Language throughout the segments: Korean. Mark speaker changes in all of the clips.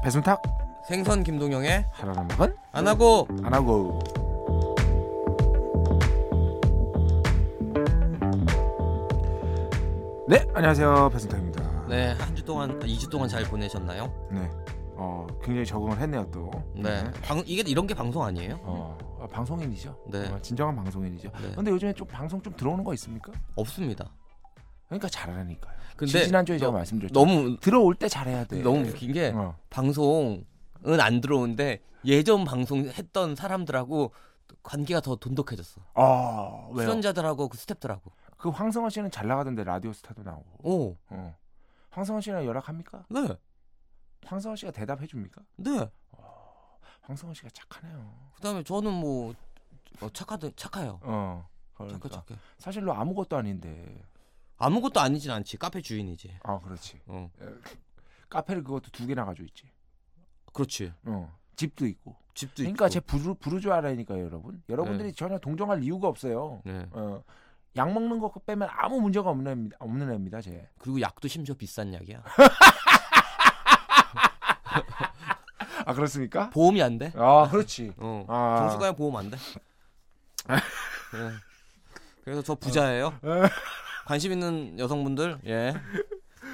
Speaker 1: 배순탁
Speaker 2: 생선 김동영의
Speaker 1: 하라는 먹은
Speaker 2: 안 하고
Speaker 1: 안 하고 네 안녕하세요 배순탁입니다.
Speaker 2: 네 한 주 동안 2주 동안 잘 보내셨나요?
Speaker 1: 네. 어 굉장히 적응을 했네요 또.
Speaker 2: 네. 방 이게 이런 게 방송 아니에요?
Speaker 1: 어 아, 방송인이죠.
Speaker 2: 네.
Speaker 1: 어, 진정한 방송인이죠.
Speaker 2: 네.
Speaker 1: 근데 요즘에 좀 방송 좀 들어오는 거 있습니까?
Speaker 2: 없습니다.
Speaker 1: 그러니까 잘하니까요.
Speaker 2: 근데
Speaker 1: 지난주에 제가
Speaker 2: 너-
Speaker 1: 말씀드렸죠.
Speaker 2: 너무
Speaker 1: 들어올 때 잘해야 돼.
Speaker 2: 너무 웃긴 게 네.
Speaker 1: 어.
Speaker 2: 방송은 안 들어오는데 예전 방송 했던 사람들하고 관계가 더 돈독해졌어.
Speaker 1: 아 왜요?
Speaker 2: 출연자들하고 그 스탭들하고.
Speaker 1: 그 황성원 씨는 잘 나가던데 라디오스타도 나오고.
Speaker 2: 오,
Speaker 1: 어. 황성원 씨랑 연락합니까?
Speaker 2: 네,
Speaker 1: 황성원 씨가 대답해 줍니까?
Speaker 2: 네.
Speaker 1: 황성원 씨가 착하네요.
Speaker 2: 그다음에 저는 뭐 어, 착하든 착해요.
Speaker 1: 어.
Speaker 2: 착해
Speaker 1: 그러니까
Speaker 2: 착해.
Speaker 1: 사실로 아무것도 아닌데.
Speaker 2: 아무것도 아니진 않지. 카페 주인이지.
Speaker 1: 아 그렇지.
Speaker 2: 어,
Speaker 1: 카페를 그것도 두 개나 가지고 있지.
Speaker 2: 그렇지.
Speaker 1: 어. 집도 있고.
Speaker 2: 집도
Speaker 1: 그러니까
Speaker 2: 있고.
Speaker 1: 제 부르 부르주 알아니까요, 여러분. 여러분들이 전혀 동정할 이유가 없어요.
Speaker 2: 네.
Speaker 1: 어. 약 먹는 거 빼면 아무 문제가 없는 애입니다. 없는 애입니다, 제.
Speaker 2: 그리고 약도 심지어 비싼 약이야.
Speaker 1: 아 그렇습니까?
Speaker 2: 보험이 안 돼.
Speaker 1: 아 그렇지.
Speaker 2: 어.
Speaker 1: 아.
Speaker 2: 정수가에 보험 안 돼. 예. 그래서 저 부자예요.
Speaker 1: 어.
Speaker 2: 관심 있는 여성분들 예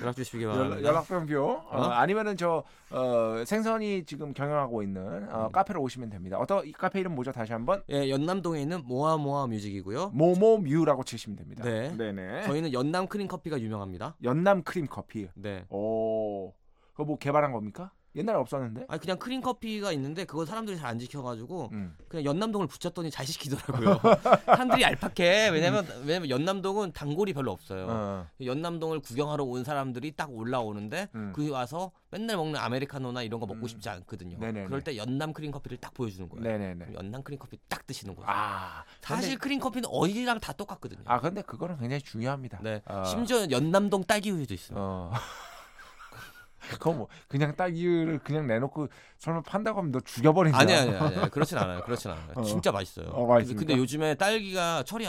Speaker 2: 연락 주시기
Speaker 1: 연락,
Speaker 2: 바랍니다.
Speaker 1: 연락변표 아, 어, 아니면은 저 어, 생선이 지금 경영하고 있는 어, 카페로 오시면 됩니다. 어떤 이 카페 이름 뭐죠? 다시 한번
Speaker 2: 예 연남동에 있는 모아모아 뮤직이고요.
Speaker 1: 모모뮤라고 치시면 됩니다.
Speaker 2: 네.
Speaker 1: 네네.
Speaker 2: 저희는 연남 크림 커피가 유명합니다.
Speaker 1: 연남 크림 커피.
Speaker 2: 네.
Speaker 1: 오, 그거 뭐 개발한 겁니까? 옛날에 없었는데.
Speaker 2: 아 그냥 크림 커피가 있는데 그거 사람들이 잘 안 지켜가지고
Speaker 1: 음.
Speaker 2: 그냥 연남동을 붙였더니 잘 시키더라고요. 사람들이 얄팍해. 왜냐면 왜냐면 연남동은 단골이 별로 없어요.
Speaker 1: 어.
Speaker 2: 연남동을 구경하러 온 사람들이 딱 올라오는데
Speaker 1: 음.
Speaker 2: 그 와서 맨날 먹는 아메리카노나 이런 거 먹고 싶지 않거든요.
Speaker 1: 네네네.
Speaker 2: 그럴 때 연남 크림 커피를 딱 보여주는 거예요.
Speaker 1: 네네네.
Speaker 2: 연남 크림 커피 딱 드시는 거예요.
Speaker 1: 아,
Speaker 2: 음. 사실
Speaker 1: 근데,
Speaker 2: 크림 커피는 어디랑 다 똑같거든요.
Speaker 1: 아 근데 그거는 굉장히 중요합니다.
Speaker 2: 네.
Speaker 1: 어.
Speaker 2: 심지어 연남동 딸기 우유도 있어요.
Speaker 1: 어. 그거 뭐 그냥 딱 이유를 그냥 내놓고 설마 판다고 하면 너 죽여버린다.
Speaker 2: 아니 아니 아니 그렇진 않아요. 그렇진 않아요.
Speaker 1: 어.
Speaker 2: 진짜 맛있어요.
Speaker 1: 어, 맛있습니까?
Speaker 2: 근데 요즘에 딸기가 철이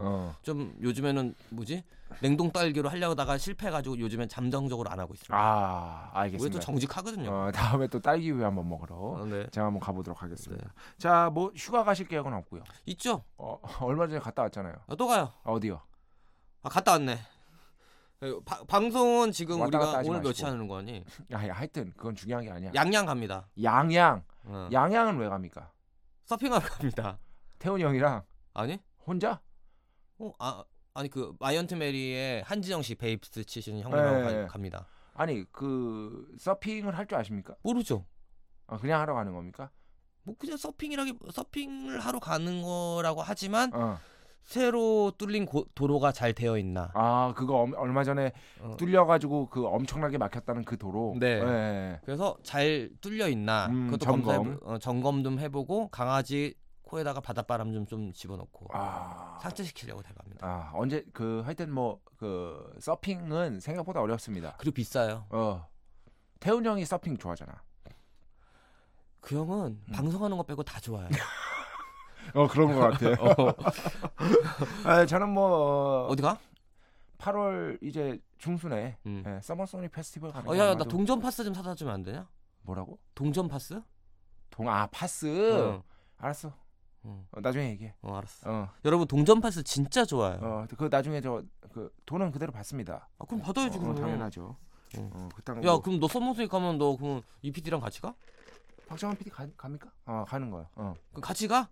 Speaker 1: 어.
Speaker 2: 좀 요즘에는 뭐지 냉동 딸기로 하려다가 실패해가지고 요즘엔 잠정적으로 안 하고 있어요.
Speaker 1: 아,
Speaker 2: 우리 또
Speaker 1: 알겠습니다.
Speaker 2: 정직하거든요.
Speaker 1: 어, 다음에 또 딸기 우유 한번 먹으러
Speaker 2: 어, 네.
Speaker 1: 제가 한번 가보도록 하겠습니다. 자, 뭐 휴가 가실 계획은 없고요.
Speaker 2: 있죠.
Speaker 1: 어, 얼마 전에 갔다 왔잖아요.
Speaker 2: 아, 또 가요.
Speaker 1: 어디요?
Speaker 2: 아 갔다 왔네. 에, 바- 방송은 지금
Speaker 1: 왔다 갔다
Speaker 2: 우리가
Speaker 1: 하지
Speaker 2: 오늘
Speaker 1: 마시고.
Speaker 2: 며칠 하는 거니?
Speaker 1: 아, 야, 야, 하여튼 그건 중요한 게 아니야.
Speaker 2: 양양 갑니다.
Speaker 1: 양양,
Speaker 2: 어.
Speaker 1: 양양은 왜 갑니까?
Speaker 2: 서핑하러 갑니다.
Speaker 1: 태훈이 형이랑
Speaker 2: 아니?
Speaker 1: 혼자?
Speaker 2: 어, 아 아니 그 마이언트 메리의 한지영 씨 베이스 치시는 형님하고
Speaker 1: 네.
Speaker 2: 가- 갑니다.
Speaker 1: 아니 그 서핑을 할 줄 아십니까?
Speaker 2: 모르죠.
Speaker 1: 아, 그냥 하러 가는 겁니까?
Speaker 2: 뭐 그냥 서핑이라기 서핑을 하러 가는 거라고 하지만
Speaker 1: 어.
Speaker 2: 새로 뚫린 고- 도로가 잘 되어 있나?
Speaker 1: 아 그거 엄- 얼마 전에
Speaker 2: 어.
Speaker 1: 뚫려가지고 그 엄청나게 막혔다는 그 도로.
Speaker 2: 네.
Speaker 1: 예.
Speaker 2: 그래서 잘 뚫려 있나?
Speaker 1: 음,
Speaker 2: 그것도
Speaker 1: 점검.
Speaker 2: 검사해 보- 어, 점검 좀 해보고 강아지 코에다가 바닷바람 좀 좀 집어넣고
Speaker 1: 아.
Speaker 2: 상체시키려고 대갑니다.
Speaker 1: 아 언제 그 하여튼 뭐 그 서핑은 생각보다 어렵습니다.
Speaker 2: 그리고 비싸요.
Speaker 1: 어 태훈 형이 서핑 좋아하잖아.
Speaker 2: 그 형은
Speaker 1: 음.
Speaker 2: 방송하는 거 빼고 다 좋아요.
Speaker 1: 어 그런 것 같아.
Speaker 2: 어,
Speaker 1: 아, 저는 뭐 어,
Speaker 2: 어디 가?
Speaker 1: 8월 이제 중순에
Speaker 2: 음.
Speaker 1: 예, 서머소니 페스티벌 가는
Speaker 2: 어,
Speaker 1: 거
Speaker 2: 야, 야, 나
Speaker 1: 아마도-
Speaker 2: 동전 파스 좀 사다 주면 안 되냐?
Speaker 1: 뭐라고?
Speaker 2: 동전 파스?
Speaker 1: 동 아 파스.
Speaker 2: 어,
Speaker 1: 알았어.
Speaker 2: 어,
Speaker 1: 어, 나중에 얘기해.
Speaker 2: 어, 알았어.
Speaker 1: 어,
Speaker 2: 여러분 동전 파스 진짜 좋아요.
Speaker 1: 어, 그 나중에 저 그 돈은 그대로 받습니다.
Speaker 2: 아, 그럼 받아야지
Speaker 1: 어,
Speaker 2: 그럼.
Speaker 1: 당연하죠.
Speaker 2: 어.
Speaker 1: 어, 그딴 거.
Speaker 2: 야, 그럼 너 썸머스에 가면 너 그럼 이 PD랑 같이 가? 그
Speaker 1: 박정환 PD 가, 갑니까? 어, 가는 거야. 어.
Speaker 2: 그럼 같이 가?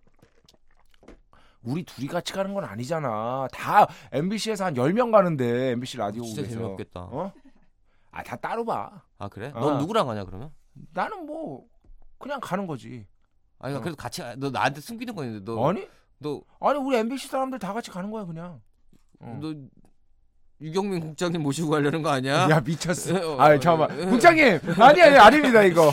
Speaker 1: 우리 둘이 같이 가는 건 아니잖아. 다 MBC에서 한 10명 가는데 MBC 라디오
Speaker 2: 진짜
Speaker 1: 국에서.
Speaker 2: 재미없겠다.
Speaker 1: 어? 아, 다 따로 봐.
Speaker 2: 아 그래?
Speaker 1: 아.
Speaker 2: 넌 누구랑 가냐 그러면?
Speaker 1: 나는 뭐 그냥 가는 거지.
Speaker 2: 아니
Speaker 1: 어.
Speaker 2: 그래도 같이 가. 너 나한테 숨기는 거 있는데 너
Speaker 1: 아니?
Speaker 2: 너,
Speaker 1: 아니, 우리 MBC 사람들 다 같이 가는 거야, 그냥. 어.
Speaker 2: 너 유경민 국장님 모시고 가려는 거 아니야?
Speaker 1: 야, 미쳤어.
Speaker 2: 어,
Speaker 1: 아, 잠깐만. 국장님. 아니, 아니, 아닙니다, 이거.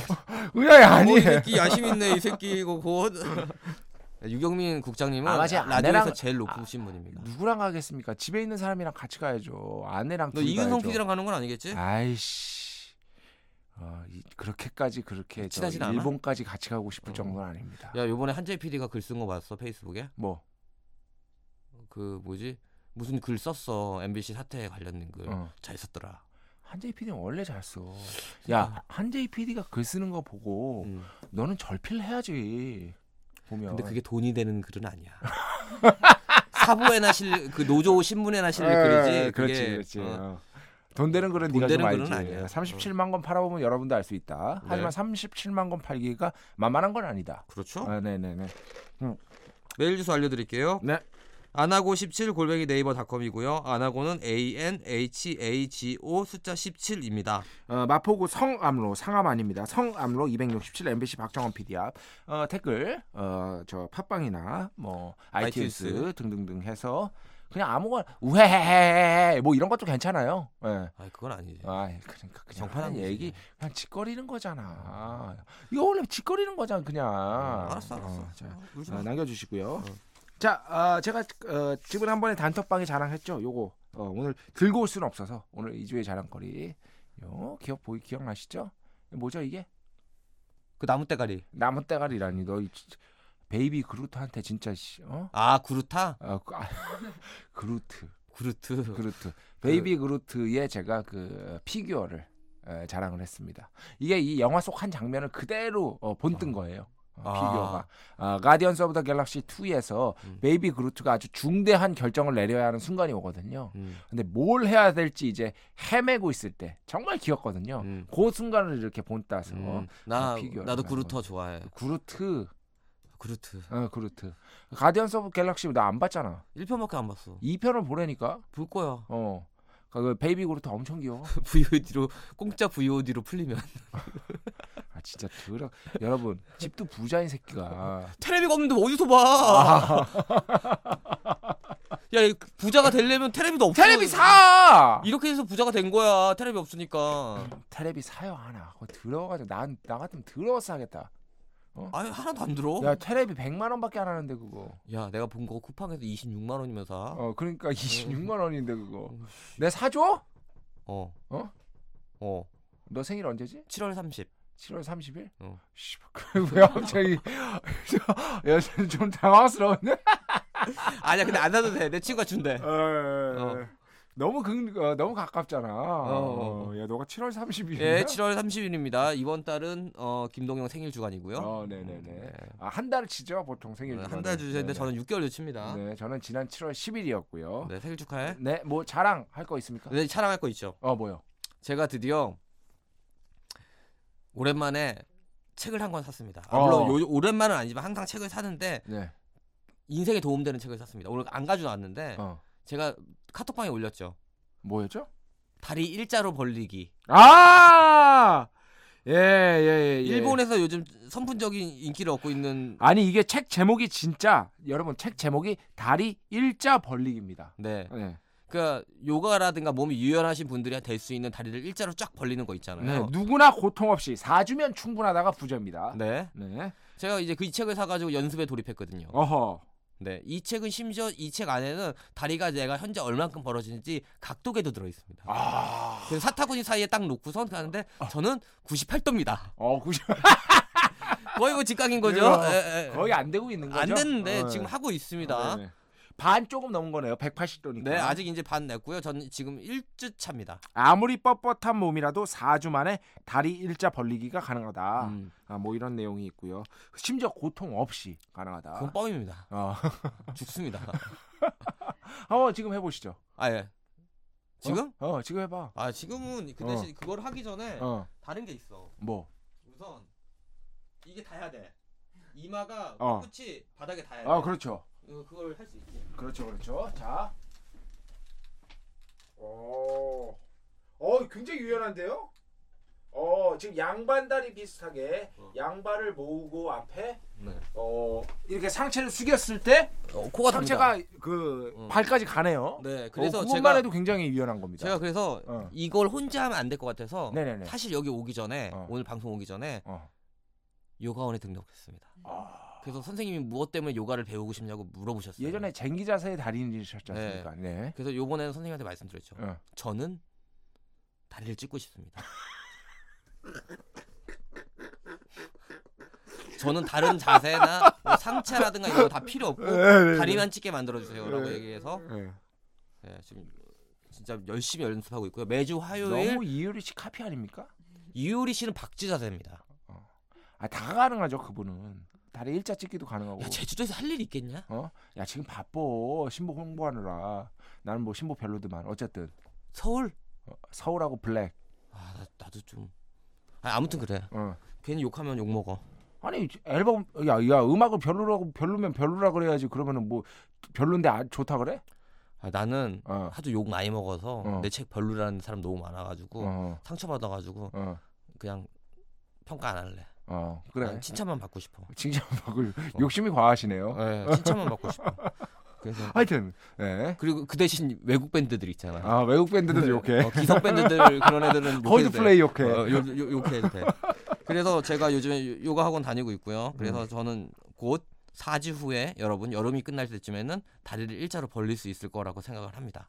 Speaker 1: 의아해
Speaker 2: 어, 이
Speaker 1: 아니에요.
Speaker 2: 새끼 야심 있네 이 새끼 이거 곧. 유경민 국장님은
Speaker 1: 아, 맞아.
Speaker 2: 라디오에서
Speaker 1: 아내랑- 음,
Speaker 2: 제일 높으신 분입니다.
Speaker 1: 누구랑 가겠습니까? 집에 있는 사람이랑 같이 가야죠. 아내랑
Speaker 2: 너
Speaker 1: 둘이
Speaker 2: 이윤성
Speaker 1: 가야죠.
Speaker 2: PD랑 가는 건 아니겠지?
Speaker 1: 아이씨. 어, 이, 그렇게까지 그렇게 저
Speaker 2: 친하진 않아?
Speaker 1: 일본까지 같이 가고 싶을
Speaker 2: 어.
Speaker 1: 정도는 아닙니다.
Speaker 2: 야 요번에 한재 PD가 글 쓴 거 봤어 페이스북에?
Speaker 1: 뭐
Speaker 2: 그 뭐지? 무슨 글 썼어 MBC 사태에 관련된 글 잘
Speaker 1: 어.
Speaker 2: 썼더라. 그러니까,
Speaker 1: 한재희 PD는 원래 잘 써. 야, 한재희 PD가 글 쓰는 거 보고
Speaker 2: 음.
Speaker 1: 너는 절필해야지. 보면.
Speaker 2: 근데 그게 돈이 되는 글은 아니야. 사보에나 실그 노조 신문에나 실릴 글이지.
Speaker 1: 예, 어, 그렇지,
Speaker 2: 그게,
Speaker 1: 그렇지.
Speaker 2: 어,
Speaker 1: 어. 돈 되는 글은
Speaker 2: 돈
Speaker 1: 네가 좀
Speaker 2: 되는
Speaker 1: 알지.
Speaker 2: 글은 아니야.
Speaker 1: 37만 권 팔아보면 여러분도 알 수 있다.
Speaker 2: 네.
Speaker 1: 하지만 37만 권 팔기가 만만한 건 아니다.
Speaker 2: 그렇죠.
Speaker 1: 아, 네네네.
Speaker 2: 메일 주소 알려드릴게요.
Speaker 1: 네.
Speaker 2: 안하고 17 골뱅이 네이버닷컴이고요. 안하고는 A N H A G O 숫자 17입니다.
Speaker 1: 어, 마포구 성암로 상암 아닙니다. 성암로 267 MBC 박정원 PD 앞 어, 댓글 어, 저 팟빵이나 뭐 아이튠스
Speaker 2: 아이튠스.
Speaker 1: 등등등 해서 그냥 아무거나 우헤헤헤 뭐 이런 것도 괜찮아요. 예.
Speaker 2: 아 그건 아니지.
Speaker 1: 아, 그러니까 그냥
Speaker 2: 정판
Speaker 1: 하는
Speaker 2: 아니지.
Speaker 1: 얘기 그냥 짓거리는 거잖아. 이거 원래 짓거리는 거잖아, 그냥.
Speaker 2: 알았어, 알았어.
Speaker 1: 어, 자,
Speaker 2: 아, 울지
Speaker 1: 어,
Speaker 2: 마.
Speaker 1: 남겨주시고요. 자, 어, 제가 어, 지금 한 번에 단톡방에 자랑했죠. 요거 어, 오늘 들고 올 수는 없어서 오늘 이주의 자랑거리. 요 기억 보이 기억나시죠? 뭐죠 이게?
Speaker 2: 그 나무 대가리.
Speaker 1: 나무 대가리라니 너이 진짜- 베이비 그루트한테 진짜 씨, 어?
Speaker 2: 아 그루타?
Speaker 1: 아, 그, 아, 그루트,
Speaker 2: 그렇죠. 그루트.
Speaker 1: 그루트, 베이비 그루트의 제가 그 피규어를 에, 자랑을 했습니다. 이게 이 영화 속 한 장면을 그대로 어, 본뜬 거예요. 어,
Speaker 2: 아.
Speaker 1: 피규어가 아, 가디언스 오브 더 갤럭시 2에서
Speaker 2: 음.
Speaker 1: 베이비 그루트가 아주 중대한 결정을 내려야 하는 순간이 오거든요.
Speaker 2: 음,
Speaker 1: 근데 뭘 해야 될지 이제 헤매고 있을 때 정말 귀엽거든요.
Speaker 2: 음.
Speaker 1: 그 순간을 이렇게 본따서
Speaker 2: 음.
Speaker 1: 아,
Speaker 2: 나
Speaker 1: 피규어를
Speaker 2: 나도
Speaker 1: 만든
Speaker 2: 그루터 좋아해.
Speaker 1: 그루트,
Speaker 2: 그루트.
Speaker 1: 어, 그루트. 가디언스 오브 갤럭시 나 안 봤잖아.
Speaker 2: 1편밖에 안 봤어.
Speaker 1: 2편을 보라니까.
Speaker 2: 볼 거야.
Speaker 1: 어. 그 베이비 그루트 엄청 귀여워.
Speaker 2: VOD로 공짜 VOD로 풀리면
Speaker 1: 아 진짜 더러. 여러분 집도 부자인 새끼가.
Speaker 2: 테레비가 없는데 어디서 봐? 야, 이 부자가 되려면 테레비도 없어.
Speaker 1: 테레비 사.
Speaker 2: 이렇게 해서 부자가 된 거야. 테레비 없으니까.
Speaker 1: 테레비 사요 하나. 그거 들어가지고 난나 같으면 들어서 하겠다.
Speaker 2: 아니 하나도 안 들어.
Speaker 1: 야 테레비 100만 원밖에 안 하는데 그거.
Speaker 2: 야, 내가 본 거 쿠팡에서 26만 원이면 사.
Speaker 1: 어 그러니까 26만 원인데 그거.
Speaker 2: 아? 어,
Speaker 1: 내 사줘?
Speaker 2: 어.
Speaker 1: 어?
Speaker 2: 어.
Speaker 1: 너 생일 언제지?
Speaker 2: 7월 30.
Speaker 1: 7월 30일?
Speaker 2: 어.
Speaker 1: 씨, 뭐, 왜 갑자기 여자는 좀 당황스러운데?
Speaker 2: 아니야, 근데 안 사도 돼. 내 친구가 준대.
Speaker 1: 아, 어. 너무 극, 어, 너무 가깝잖아.
Speaker 2: 예. 어,
Speaker 1: 어, 야, 너가 7월 30일이야?
Speaker 2: 예, 7월 30일입니다. 이번 달은 어, 김동영 생일 주간이고요. 네,
Speaker 1: 어, 네, 네, 네. 아, 한 달을 치죠, 보통 생일.
Speaker 2: 한달 주셨는데 저는 6개월로 칩니다. 네.
Speaker 1: 네, 저는 지난 7월 10일이었고요. 네,
Speaker 2: 생일 축하해.
Speaker 1: 뭐 자랑 할 거 있습니까?
Speaker 2: 근데 자랑할 거 있죠.
Speaker 1: 어, 뭐요?
Speaker 2: 제가 드디어 오랜만에 책을 한 권 샀습니다. 아,
Speaker 1: 어.
Speaker 2: 물론 요- 오랜만은 아니지만 항상 책을 사는데
Speaker 1: 네.
Speaker 2: 인생에 도움되는 책을 샀습니다. 오늘 안 가져 왔는데
Speaker 1: 어.
Speaker 2: 제가 카톡방에 올렸죠.
Speaker 1: 뭐였죠?
Speaker 2: 다리 일자로 벌리기.
Speaker 1: 아! 예, 예, 예. 예.
Speaker 2: 일본에서 요즘 선풍적인 인기를 얻고 있는
Speaker 1: 아니 이게 책 제목이 진짜 여러분 책 제목이 다리 일자 벌리기입니다.
Speaker 2: 네.
Speaker 1: 네.
Speaker 2: 그러니까 요가라든가 몸이 유연하신 분들이 될 수 있는 다리를 일자로 쫙 벌리는 거
Speaker 1: 네,
Speaker 2: 있잖아요.
Speaker 1: 누구나 고통 없이 사주면 충분하다가 부자입니다.
Speaker 2: 네.
Speaker 1: 네.
Speaker 2: 제가 이제 그 이 책을 사 가지고 연습에 돌입했거든요.
Speaker 1: 어허.
Speaker 2: 네. 이 책은 심지어 이 책 안에는 다리가 내가 현재 얼만큼 벌어지는지 각도계도 들어 있습니다.
Speaker 1: 아.
Speaker 2: 그래서 사타구니 사이에 딱 놓고선 가는데 저는 98도입니다.
Speaker 1: 어, 구십
Speaker 2: 거의 뭐 직각인 거죠.
Speaker 1: 그래요.
Speaker 2: 예, 예.
Speaker 1: 거의 안 되고 있는 거죠?
Speaker 2: 안 됐는데
Speaker 1: 어,
Speaker 2: 지금 하고 있습니다.
Speaker 1: 네, 네. 반 조금 넘은 거네요. 180도니까.
Speaker 2: 네, 아직 이제 반 냈고요. 저는 지금 1주 차입니다.
Speaker 1: 아무리 뻣뻣한 몸이라도 4주 만에 다리 일자 벌리기가 가능하다.
Speaker 2: 음,
Speaker 1: 아, 뭐 이런 내용이 있고요. 심지어 고통 없이 가능하다.
Speaker 2: 그건 뻥입니다.
Speaker 1: 어.
Speaker 2: 죽습니다.
Speaker 1: 어, 지금 해 보시죠.
Speaker 2: 아 예. 지금?
Speaker 1: 어, 어, 지금 해 봐.
Speaker 2: 아 지금은 그 대신 그걸 하기 전에
Speaker 1: 어.
Speaker 2: 다른 게 있어.
Speaker 1: 뭐.
Speaker 2: 우선 이게 닿아야 돼. 이마가
Speaker 1: 어.
Speaker 2: 끝이 바닥에 닿아야 돼.
Speaker 1: 아, 그렇죠.
Speaker 2: 어, 그걸 할 수 있지.
Speaker 1: 그렇죠, 그렇죠. 자, 오, 어, 굉장히 유연한데요? 어, 지금 양반 다리 비슷하게
Speaker 2: 어.
Speaker 1: 양발을 모으고 앞에,
Speaker 2: 네.
Speaker 1: 어, 이렇게 상체를 숙였을 때
Speaker 2: 어, 코가
Speaker 1: 상체가 그
Speaker 2: 어.
Speaker 1: 발까지 가네요.
Speaker 2: 네.
Speaker 1: 어,
Speaker 2: 그래서
Speaker 1: 그것만
Speaker 2: 제가
Speaker 1: 해도 굉장히 유연한 겁니다.
Speaker 2: 제가 어, 그래서
Speaker 1: 어.
Speaker 2: 이걸 혼자 하면 안 될 것 같아서
Speaker 1: 네네네.
Speaker 2: 사실 여기 오기 전에
Speaker 1: 어.
Speaker 2: 오늘 방송 오기 전에
Speaker 1: 어.
Speaker 2: 요가원에 등록했습니다.
Speaker 1: 아,
Speaker 2: 그래서 선생님이 무엇 때문에 요가를 배우고 싶냐고 물어보셨어요.
Speaker 1: 예전에 쟁기 자세의 달인이셨지 않습니까? 네.
Speaker 2: 그래서 요번에는 선생님한테 말씀드렸죠.
Speaker 1: 어.
Speaker 2: 저는 다리를 찢고 싶습니다. 저는 다른 자세나 뭐 상체라든가 이런 거 다 필요 없고
Speaker 1: 네, 네, 네.
Speaker 2: 다리만 찢게 만들어 주세요라고 얘기해서
Speaker 1: 네.
Speaker 2: 예, 지금 진짜 열심히 연습하고 있고요. 매주 화요일
Speaker 1: 너무 이효리 씨 카피 아닙니까?
Speaker 2: 이유리 씨는 박지자세입니다.
Speaker 1: 아 다 가능하죠 그분은 다리 일자 찍기도 가능하고.
Speaker 2: 야 아, 제주도에서 할 일이 있겠냐?
Speaker 1: 어? 야 지금 바빠 신보 홍보하느라 나는 뭐 신보 별로드만 어쨌든
Speaker 2: 서울?
Speaker 1: 어, 서울하고 블랙.
Speaker 2: 아 나, 나도 좀. 아, 아무튼 그래.
Speaker 1: 어.
Speaker 2: 괜히 욕하면 욕 먹어.
Speaker 1: 아니 앨범 야, 야 음악을 별로라고 별로면 별로라 그래야지 그러면은 뭐 별론데 아, 좋다 그래?
Speaker 2: 아, 나는
Speaker 1: 어.
Speaker 2: 하도 욕 많이 먹어서
Speaker 1: 어.
Speaker 2: 내 책 별로라는 사람 너무 많아가지고
Speaker 1: 어.
Speaker 2: 상처받아가지고
Speaker 1: 어.
Speaker 2: 그냥 평가 안 할래.
Speaker 1: 어. 그래.
Speaker 2: 난 칭찬만 받고 싶어.
Speaker 1: 칭찬 받을 욕심이 과하시네요.
Speaker 2: 예, 칭찬만 받고 싶어. 그래서
Speaker 1: 하여튼 예.
Speaker 2: 그리고 그 대신 외국 밴드들 있잖아.
Speaker 1: 아 외국 밴드들 욕해.
Speaker 2: 어, 기성 밴드들 그런 애들은 욕해도
Speaker 1: 콜드플레이
Speaker 2: 돼.
Speaker 1: 네. 욕해.
Speaker 2: 어, 욕- 욕- 욕해도 돼. 그래서 제가 요즘에 요- 요가 학원 다니고 있고요. 그래서
Speaker 1: 음.
Speaker 2: 저는 곧 사주 후에 여러분 여름이 끝날 때쯤에는 다리를 일자로 벌릴 수 있을 거라고 생각을 합니다.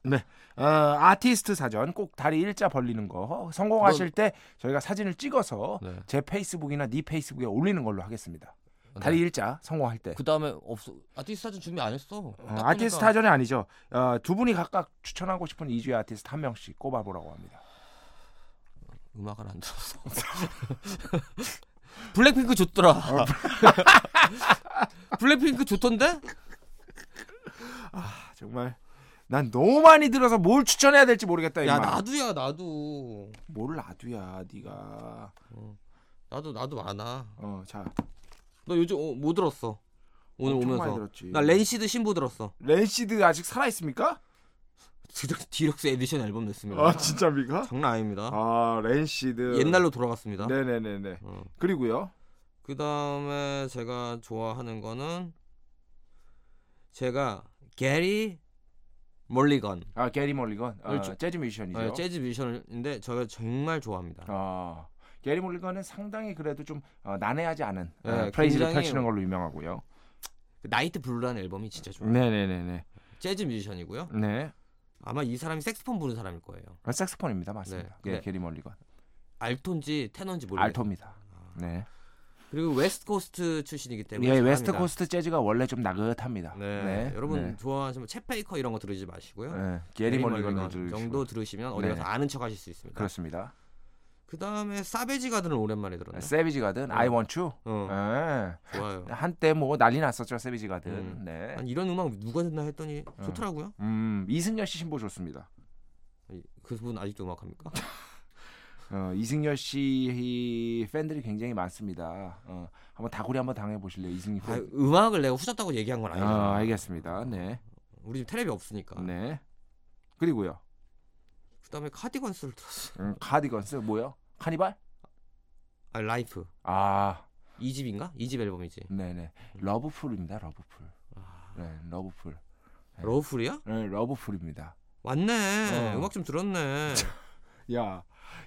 Speaker 1: 어, 아티스트 사전 꼭 다리 일자 벌리는 거 성공하실 때 저희가 사진을 찍어서
Speaker 2: 네.
Speaker 1: 제 페이스북이나 네 페이스북에 올리는 걸로 하겠습니다. 다리 일자 성공할 때.
Speaker 2: 그 다음에 없어. 아티스트 사전 준비 안 했어.
Speaker 1: 어,
Speaker 2: 딱
Speaker 1: 아티스트
Speaker 2: 보니까
Speaker 1: 사전이 아니죠. 어, 두 분이 각각 추천하고 싶은 이주의 아티스트 한 명씩 꼽아보라고 합니다.
Speaker 2: 음악을 안 들었어. 블랙핑크 좋더라. 블랙핑크 좋던데?
Speaker 1: 아, 정말 난 너무 많이 들어서 뭘 추천해야 될지 모르겠다.
Speaker 2: 야
Speaker 1: 임마.
Speaker 2: 나도야 나도.
Speaker 1: 뭘 놔두야 네가.
Speaker 2: 나도 나도 많아.
Speaker 1: 어, 자
Speaker 2: 너 요즘 어, 뭐 들었어? 오늘
Speaker 1: 엄청
Speaker 2: 오면서
Speaker 1: 많이 들었지.
Speaker 2: 나 랜시드 신보 들었어.
Speaker 1: 랜시드 아직 살아 있습니까?
Speaker 2: 디럭스, 디럭스 에디션 앨범 냈습니다.
Speaker 1: 아 진짜입니까?
Speaker 2: 장난 아닙니다.
Speaker 1: 아 랜시드.
Speaker 2: 옛날로 돌아갔습니다.
Speaker 1: 네네네네.
Speaker 2: 어.
Speaker 1: 그리고요.
Speaker 2: 그 다음에 제가 좋아하는 거는 제가 게리 멀리건을
Speaker 1: 아 게리 멀리건 아,
Speaker 2: 그렇죠.
Speaker 1: 재즈 뮤지션이죠.
Speaker 2: 재즈 뮤지션인데 제가 정말 좋아합니다.
Speaker 1: 아, 게리 멀리건은 상당히 그래도 좀 어, 난해하지 않은
Speaker 2: 네,
Speaker 1: 어, 프레이즈를
Speaker 2: 굉장히-
Speaker 1: 펼치는 걸로 유명하고요.
Speaker 2: 그 나이트 블루라는 앨범이 진짜 좋아요.
Speaker 1: 네네네네.
Speaker 2: 재즈 뮤지션이고요.
Speaker 1: 네.
Speaker 2: 아마 이 사람이 색스폰 부는 사람일 거예요.
Speaker 1: 아, 색스폰입니다. 맞습니다.
Speaker 2: 네,
Speaker 1: 예,
Speaker 2: 네.
Speaker 1: 게리 멀리건.
Speaker 2: 알톤지 테너인지 모르겠어요.
Speaker 1: 알토입니다.
Speaker 2: 아.
Speaker 1: 네.
Speaker 2: 그리고 웨스트 코스트 출신이기 때문에
Speaker 1: 예, 웨스트
Speaker 2: 잘합니다.
Speaker 1: 코스트 재즈가 원래 좀 나긋합니다.
Speaker 2: 네, 여러분 좋아하시면 챗페이커 이런 거 들으지 마시고요.
Speaker 1: 네. 게리 멀리건
Speaker 2: 정도 들으시면 어디
Speaker 1: 네. 그렇죠.
Speaker 2: 가서 아는 척 하실 수 있습니다.
Speaker 1: 그렇습니다.
Speaker 2: 그 다음에 사베지 가든을 오랜만에 들었네.
Speaker 1: 세비지 가든
Speaker 2: 네.
Speaker 1: I want you.
Speaker 2: 어,
Speaker 1: 예.
Speaker 2: 좋아요.
Speaker 1: 한때 뭐 난리 났었죠, 세비지 가든.
Speaker 2: 음.
Speaker 1: 네.
Speaker 2: 아니, 이런 음악 누가 듣나 했더니 좋더라고요.
Speaker 1: 음, 이승열 씨 신보 좋습니다.
Speaker 2: 아니, 그분 아직도 음악합니까?
Speaker 1: 네. 어, 이승열 씨이 팬들이 굉장히 많습니다. 어, 한번 다구리 한번 당해 보실래요, 이승열
Speaker 2: 아,
Speaker 1: 팬?
Speaker 2: 음악을 내가 후졌다고 얘기한 건
Speaker 1: 아,
Speaker 2: 아니잖아.
Speaker 1: 알겠습니다. 네,
Speaker 2: 우리 집 텔레비 없으니까.
Speaker 1: 네. 그리고요,
Speaker 2: 그 다음에 카디건스를 들었어.
Speaker 1: 음, 카디건스 뭐요? 카니발?
Speaker 2: 아, 라이프.
Speaker 1: 아,
Speaker 2: 이 집인가? 이 집 앨범이지.
Speaker 1: 네, 네. 러브풀입니다, 러브풀.
Speaker 2: 아.
Speaker 1: 네, 러브풀. 네.
Speaker 2: 러브풀이야?
Speaker 1: 네, 러브풀입니다.
Speaker 2: 왔네.
Speaker 1: 어.
Speaker 2: 음악 좀 들었네.
Speaker 1: 야,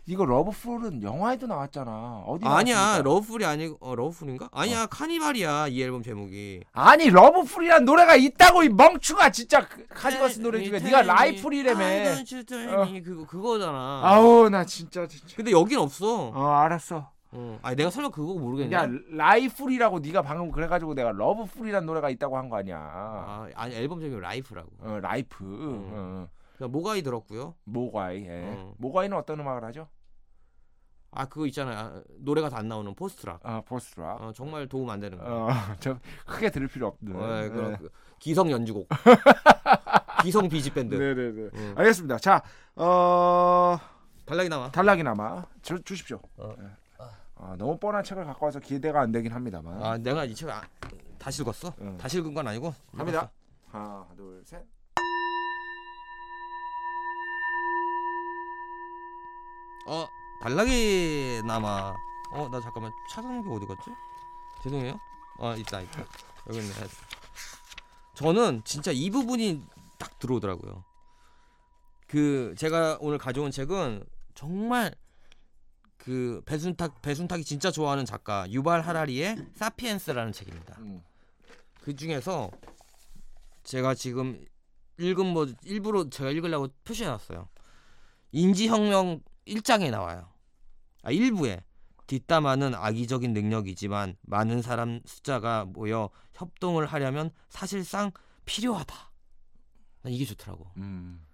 Speaker 1: 이거 러브풀은 영화에도 나왔잖아. 어디
Speaker 2: 아니야.
Speaker 1: 나왔습니까?
Speaker 2: 러브풀이 아니고 어, 러브풀인가? 아니야. 카니발이야. 이 앨범 제목이.
Speaker 1: 아니 러브풀이란 노래가 있다고 이 멍충아 진짜 그 카디건스
Speaker 2: 텔-
Speaker 1: 노래 중에
Speaker 2: 이
Speaker 1: 네가 아, 네.
Speaker 2: 텔미,
Speaker 1: 라이풀이라며.
Speaker 2: I don't you tell me. 그거 그거잖아.
Speaker 1: 아우 나 진짜 진짜.
Speaker 2: 근데 여긴 없어.
Speaker 1: 어 알았어.
Speaker 2: 어. 아니 내가 설마 그거 모르겠냐?
Speaker 1: 야 라이풀이라고 네가 방금 그래가지고 내가 러브풀이란 노래가 있다고 한 거 아니야.
Speaker 2: 아, 아니 앨범 제목이 라이프라고.
Speaker 1: 어, 라이프. 어,
Speaker 2: 그냥 모가이 들었고요.
Speaker 1: 모과이. 예.
Speaker 2: 어.
Speaker 1: 모과이는 어떤 음악을 하죠?
Speaker 2: 아 그거 있잖아. 아, 노래가 다 안 나오는 포스트락.
Speaker 1: 아 포스트락. 어.
Speaker 2: 어, 정말 도움 안 되는 거.
Speaker 1: 저 크게 들을 필요 없는.
Speaker 2: 네, 그런
Speaker 1: 예.
Speaker 2: 그 기성 연주곡. 기성 비지 밴드.
Speaker 1: 네네네.
Speaker 2: 음.
Speaker 1: 알겠습니다. 자, 어,
Speaker 2: 달락이 나와.
Speaker 1: 단락이나마 주, 주십시오.
Speaker 2: 어.
Speaker 1: 예. 아, 너무 뻔한 책을 갖고 와서 기대가 안 되긴 합니다만.
Speaker 2: 아 내가 이 책을 아, 다시 읽었어?
Speaker 1: 응.
Speaker 2: 다시 읽은 건 아니고.
Speaker 1: 갑니다. 하나, 둘, 셋.
Speaker 2: 읽었어. 어 달락이 남아. 어 나 잠깐만 찾아놓은 게 어디 갔지? 죄송해요. 어 있다 있다. 여기 있네. 저는 진짜 이 부분이 딱 들어오더라고요. 그 제가 오늘 가져온 책은 정말 그 배순탁 배순탁이 진짜 좋아하는 작가 유발 하라리의 사피엔스라는 책입니다.
Speaker 1: 음.
Speaker 2: 그 중에서 제가 지금 읽은 뭐 일부러 제가 읽으려고 표시해놨어요. 인지혁명 1장에 나와요. 아 1부에 뒷담화는 악의적인 능력이지만 많은 사람 숫자가 모여 협동을 하려면 사실상 필요하다. 난 이게 좋더라고.
Speaker 1: 음.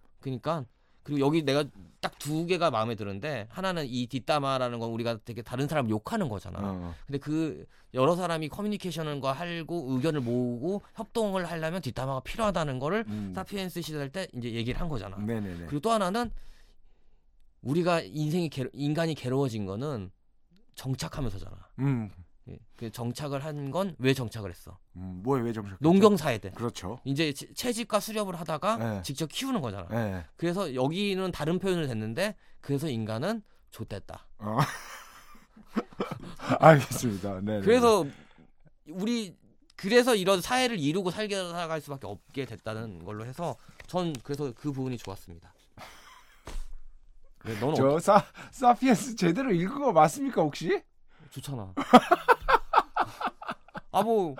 Speaker 2: 그러니까 그리고 여기 내가 딱 두 개가 마음에 드는데 하나는 이 뒷담화라는 건 우리가 되게 다른 사람 욕하는 거잖아.
Speaker 1: 어.
Speaker 2: 근데 그 여러 사람이 커뮤니케이션과 하고 의견을 모으고 협동을 하려면 뒷담화가 필요하다는 거를
Speaker 1: 음.
Speaker 2: 사피엔스 시대할 때 이제 얘기를 한 거잖아.
Speaker 1: 네네네.
Speaker 2: 음. 그리고 또 하나는 우리가 인생이 괴로, 인간이 괴로워진 거는 정착하면서잖아.
Speaker 1: 음.
Speaker 2: 예. 그 정착을 한 건 왜 정착을 했어?
Speaker 1: 음. 뭐에 왜 정착?
Speaker 2: 농경 사회 때.
Speaker 1: 그렇죠.
Speaker 2: 이제 치- 채집과 수렵을 하다가
Speaker 1: 네.
Speaker 2: 직접 키우는 거잖아.
Speaker 1: 예. 네.
Speaker 2: 그래서 여기는 다른 표현을 했는데 그래서 인간은 좆됐다.
Speaker 1: 어. 알겠습니다. 네.
Speaker 2: 그래서 우리 그래서 이런 사회를 이루고 살게 살아갈 수밖에 없게 됐다는 걸로 해서 전 그래서 그 부분이 좋았습니다. 왜, 너는 어때?
Speaker 1: 저사 사피엔스 제대로 읽은 거 맞습니까 혹시?
Speaker 2: 좋잖아. 아 뭐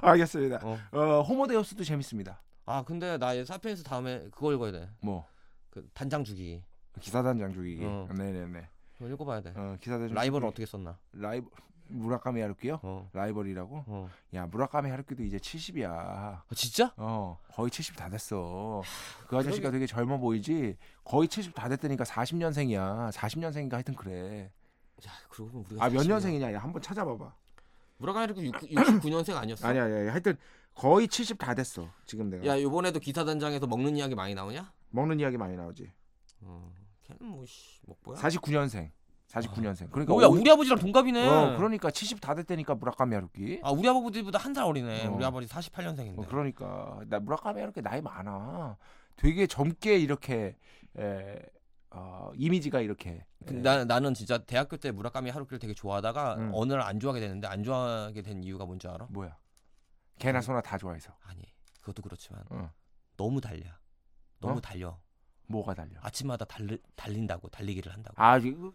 Speaker 2: 아
Speaker 1: 알겠습니다. 어 호모데우스도 재밌습니다.
Speaker 2: 아, 근데 나이 사피엔스 다음에 그거 읽어야 돼.
Speaker 1: 뭐
Speaker 2: 그 단장 주기.
Speaker 1: 기사단장 죽이기.
Speaker 2: 어.
Speaker 1: 네네네.
Speaker 2: 그거 읽어봐야 돼.
Speaker 1: 어 기사단장.
Speaker 2: 라이벌
Speaker 1: 죽이기.
Speaker 2: 어떻게 썼나?
Speaker 1: 라이브 무라카미 하루키요?
Speaker 2: 어.
Speaker 1: 라이벌이라고?
Speaker 2: 어.
Speaker 1: 야 무라카미 하루키도 이제 70이야.
Speaker 2: 아, 진짜?
Speaker 1: 어 거의 70 다 됐어. 그 아저씨가 되게 젊어 보이지. 거의 70 다 됐다니까 40년생이야. 40년생인가 하여튼 그래.
Speaker 2: 야 그러고 보면 우리가
Speaker 1: 아 몇
Speaker 2: 40이야.
Speaker 1: 년생이냐? 야 한번 찾아봐봐.
Speaker 2: 무라카미 하루키 69년생 아니었어?
Speaker 1: 아니야, 아니야, 아니야. 하여튼 거의 70 다 됐어. 지금 내가
Speaker 2: 야 이번에도 기사 단장에서 먹는 이야기 많이 나오냐?
Speaker 1: 먹는 이야기 많이 나오지.
Speaker 2: 어. 걔는 뭐씨 먹보야.
Speaker 1: 49년생, 49년생. 그러니까
Speaker 2: 뭐야
Speaker 1: 오-
Speaker 2: 우리 아버지랑 동갑이네.
Speaker 1: 어, 그러니까 70 다 됐다니까 무라카미 하루키.
Speaker 2: 아 우리 아버지보다 한 살 어리네.
Speaker 1: 어.
Speaker 2: 우리 아버지 48년생인데.
Speaker 1: 어, 그러니까 나 무라카미 하루키 나이 많아. 되게 젊게 이렇게 에, 어, 이미지가 이렇게. 에,
Speaker 2: 나, 나는 진짜 대학교 때 무라카미 하루키를 되게 좋아하다가
Speaker 1: 예. 음.
Speaker 2: 어느 날 안 좋아하게 됐는데 안 좋아하게 된 이유가 뭔지 알아?
Speaker 1: 뭐야? 개나 소나 다 좋아해서.
Speaker 2: 아니 그것도 그렇지만
Speaker 1: 어.
Speaker 2: 너무 달려 너무
Speaker 1: 어?
Speaker 2: 달려
Speaker 1: 뭐가 달려?
Speaker 2: 아침마다 달리, 달린다고 달리기를 한다고
Speaker 1: 아, 이거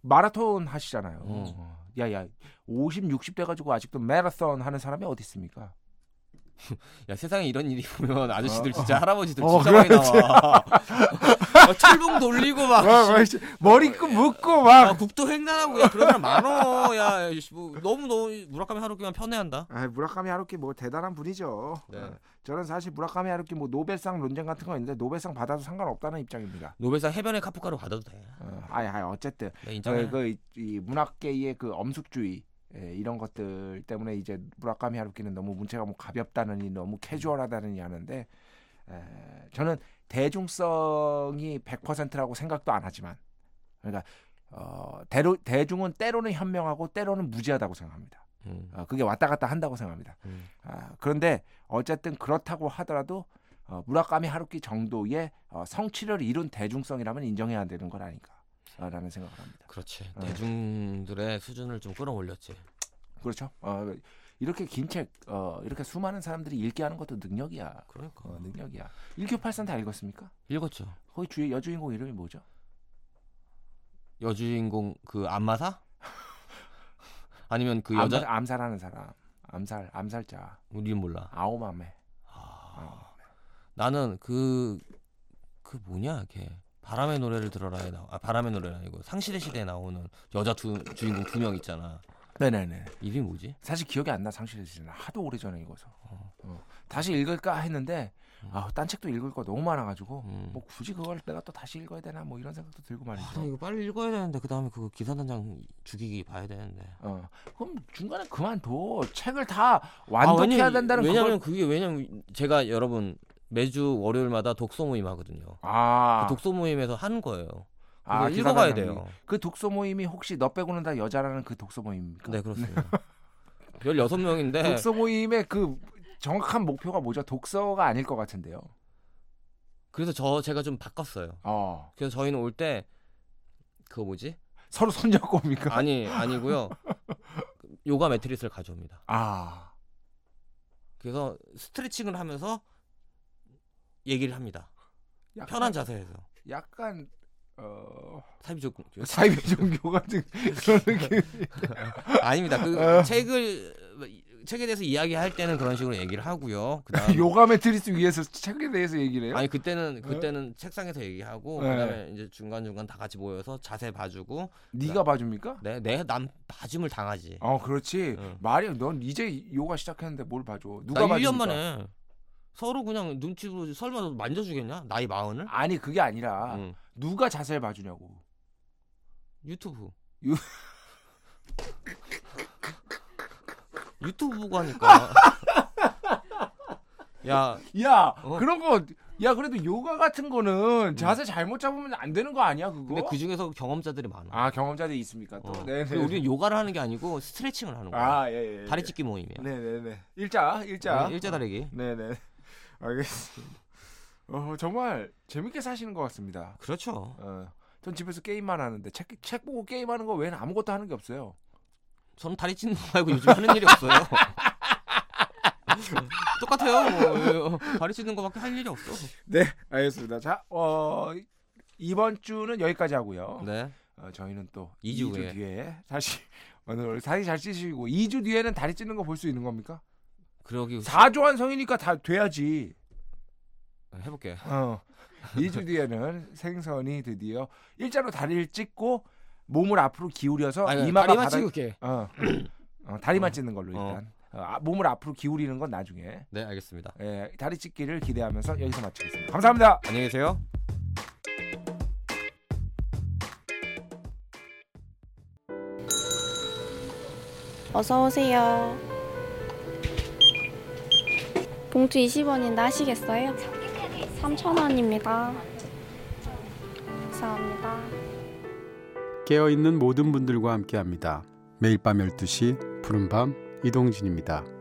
Speaker 1: 마라톤 하시잖아요.
Speaker 2: 음.
Speaker 1: 어. 야야, 50, 60 돼가지고 아직도 마라톤 하는 사람이 어디 있습니까?
Speaker 2: 야 세상에 이런 일이 보면 아저씨들
Speaker 1: 어,
Speaker 2: 진짜 할아버지들
Speaker 1: 어,
Speaker 2: 진짜 많이 나와 막 철봉 돌리고 막
Speaker 1: 와, 와,
Speaker 2: 씨,
Speaker 1: 아, 어, 씨. 머리끈 묶고 막.
Speaker 2: 아, 국도 횡단하고 야 그런 사람 많어 야 씨, 뭐, 너무 너무 무라카미 하루키만 편애한다
Speaker 1: 아, 무라카미 하루키 뭐 대단한 분이죠.
Speaker 2: 네.
Speaker 1: 어, 저는 사실 무라카미 하루키 뭐 노벨상 논쟁 같은 거 있는데 노벨상 받아도 상관없다는 입장입니다.
Speaker 2: 노벨상 해변에 카프카로 받아도 돼나
Speaker 1: 어, 아니, 아니 어쨌든
Speaker 2: 인정해
Speaker 1: 그, 그 이, 이 문학계의 그 엄숙주의 예, 이런 것들 때문에 이제 무라카미 하루키는 너무 문체가 뭐 가볍다느니 너무 캐주얼하다느니 하는데 에, 저는 대중성이 100%라고 생각도 안 하지만 그러니까 어, 대로, 대중은 때로는 현명하고 때로는 무지하다고 생각합니다.
Speaker 2: 음,
Speaker 1: 어, 그게 왔다 갔다 한다고 생각합니다.
Speaker 2: 음.
Speaker 1: 아, 그런데 어쨌든 그렇다고 하더라도 어, 무라카미 하루키 정도의 어, 성취를 이룬 대중성이라면 인정해야 되는 건 아닌가라는 생각을 합니다.
Speaker 2: 그렇지
Speaker 1: 어.
Speaker 2: 대중들의 수준을 좀 끌어올렸지
Speaker 1: 그렇죠. 어, 이렇게 긴 책 어, 이렇게 수많은 사람들이 읽게 하는 것도 능력이야.
Speaker 2: 그러니까
Speaker 1: 어, 능력이야. 1교팔선 다 읽었습니까?
Speaker 2: 읽었죠
Speaker 1: 거기 주의 여주인공 이름이 뭐죠?
Speaker 2: 여주인공 그 안마사? 아니면 그 여자
Speaker 1: 암살, 암살하는 사람. 암살 암살자
Speaker 2: 우리 몰라.
Speaker 1: 아오마메.
Speaker 2: 아, 나는 그 그 뭐냐 걔 바람의 노래를 들어라에 나오 아 바람의 노래 아니고 상실의 시대에 나오는 여자 두 주인공 두 명 있잖아.
Speaker 1: 네네네.
Speaker 2: 이름이 뭐지?
Speaker 1: 사실 기억이 안 나 상실의 시대는 하도 오래전에 읽어서 어. 다시 읽을까 했는데 아, 딴 책도 읽을 거 너무 많아가지고
Speaker 2: 음.
Speaker 1: 뭐 굳이 그걸 내가 또 다시 읽어야 되나 뭐 이런 생각도 들고
Speaker 2: 아, 나
Speaker 1: 말이죠.
Speaker 2: 이거 빨리 읽어야 되는데 그 다음에 그 기사단장 죽이기 봐야 되는데.
Speaker 1: 어 그럼 중간에 그만둬 책을 다
Speaker 2: 아,
Speaker 1: 완독해야
Speaker 2: 왜냐면-
Speaker 1: 된다는
Speaker 2: 왜냐면
Speaker 1: 그걸
Speaker 2: 그게 왜냐면 제가 여러분 매주 월요일마다 독서 모임 하거든요.
Speaker 1: 아,
Speaker 2: 그 독서 모임에서 하는 거예요.
Speaker 1: 아,
Speaker 2: 아,
Speaker 1: 기사가
Speaker 2: 읽어봐야
Speaker 1: 나오니.
Speaker 2: 돼요.
Speaker 1: 그 독서 모임이 혹시 너 빼고는 다 여자라는 그 독서 모임입니까? 네.
Speaker 2: 네 그렇습니다. 16명인데
Speaker 1: 독서 모임의 그 정확한 목표가 뭐죠? 독서가 아닐 것 같은데요.
Speaker 2: 그래서 저 제가 좀 바꿨어요.
Speaker 1: 어
Speaker 2: 그래서 저희는 올 때 그 뭐지?
Speaker 1: 서로 손잡고 옵니까?
Speaker 2: 아니 아니고요. 요가 매트리스를 가져옵니다.
Speaker 1: 아
Speaker 2: 그래서 스트레칭을 하면서 얘기를 합니다.
Speaker 1: 약간-
Speaker 2: 편한 자세에서
Speaker 1: 약간 어
Speaker 2: 삽입적
Speaker 1: 사이비 종교 같은 그런 느낌.
Speaker 2: 아닙니다. 그 책을 책에 대해서 이야기할 때는 그런 식으로 얘기를 하고요. 그다음
Speaker 1: 요가 매트리스 위에서 책에 대해서 얘기를 해요?
Speaker 2: 아니 그때는 그때는 책상에서 얘기하고
Speaker 1: 네.
Speaker 2: 그다음에 이제 중간 중간 다 같이 모여서 자세 봐주고
Speaker 1: 네가 봐줍니까?
Speaker 2: 내내남 봐줌을 당하지.
Speaker 1: 어 그렇지
Speaker 2: 응.
Speaker 1: 말이야 넌 이제 요가 시작했는데 뭘 봐줘 누가
Speaker 2: 누가 네. 나 1년
Speaker 1: 봐줍니까?
Speaker 2: 만에 서로 그냥 눈치로 설마 너 만져주겠냐? 나이 마흔을?
Speaker 1: 아니 그게 아니라
Speaker 2: 응.
Speaker 1: 누가 자세히 봐주냐고.
Speaker 2: 유튜브.
Speaker 1: 유-
Speaker 2: 유튜브 보고 하니까. 야,
Speaker 1: 야
Speaker 2: 어.
Speaker 1: 그런 거. 야 그래도 요가 같은 거는 자세 잘못 잡으면 안 되는 거 아니야 음. 그거?
Speaker 2: 근데 그 중에서 경험자들이 많아.
Speaker 1: 아 경험자들 있습니까 또?
Speaker 2: 어.
Speaker 1: 네.
Speaker 2: 그리고 우리는 요가를 하는 게 아니고 스트레칭을 하는 거야.
Speaker 1: 아 예. 예, 예.
Speaker 2: 다리 찢기 모임이야.
Speaker 1: 네네네. 아. 일자 일자.
Speaker 2: 어, 일자 다리기.
Speaker 1: 네네. 알겠습니다. 어, 정말 재밌게 사시는 것 같습니다.
Speaker 2: 그렇죠.
Speaker 1: 어, 전 집에서 게임만 하는데 책, 책 보고 게임하는 거 외에는 아무것도 하는 게 없어요.
Speaker 2: 저는 다리 찢는 거 말고 요즘 하는 일이 없어요. 똑같아요. 뭐. 다리 찢는 거밖에 할 일이 없어.
Speaker 1: 네, 알겠습니다. 자, 어, 이번 주는 여기까지 하고요.
Speaker 2: 네.
Speaker 1: 어, 저희는 또
Speaker 2: 이주
Speaker 1: 2주
Speaker 2: 후에.
Speaker 1: 뒤에 다시 오늘 다리 잘 찢으시고 2주 뒤에는 다리 찢는 거 볼 수 있는 겁니까?
Speaker 2: 그러기
Speaker 1: 4조한 성이니까 다 돼야지.
Speaker 2: 해볼게.
Speaker 1: 어. 2주 뒤에는 생선이 드디어 일자로 다리를 찢고 몸을 앞으로 기울여서
Speaker 2: 아니,
Speaker 1: 어,
Speaker 2: 예,
Speaker 1: 이마가
Speaker 2: 다리만
Speaker 1: 바닥-
Speaker 2: 찍을게.
Speaker 1: 어, 어, 다리만
Speaker 2: 어.
Speaker 1: 찢는 걸로
Speaker 2: 어.
Speaker 1: 일단 어, 아, 몸을 앞으로 기울이는 건 나중에
Speaker 2: 네, 알겠습니다.
Speaker 1: 예, 다리 찢기를 기대하면서 여기서 마치겠습니다. 감사합니다.
Speaker 2: 안녕히 계세요.
Speaker 3: 어서 오세요. 봉투 20원인데 하시겠어요? 3,000원입니다. 감사합니다.
Speaker 4: 깨어있는 모든 분들과 함께합니다. 매일 밤 12시 푸른밤 이동진입니다.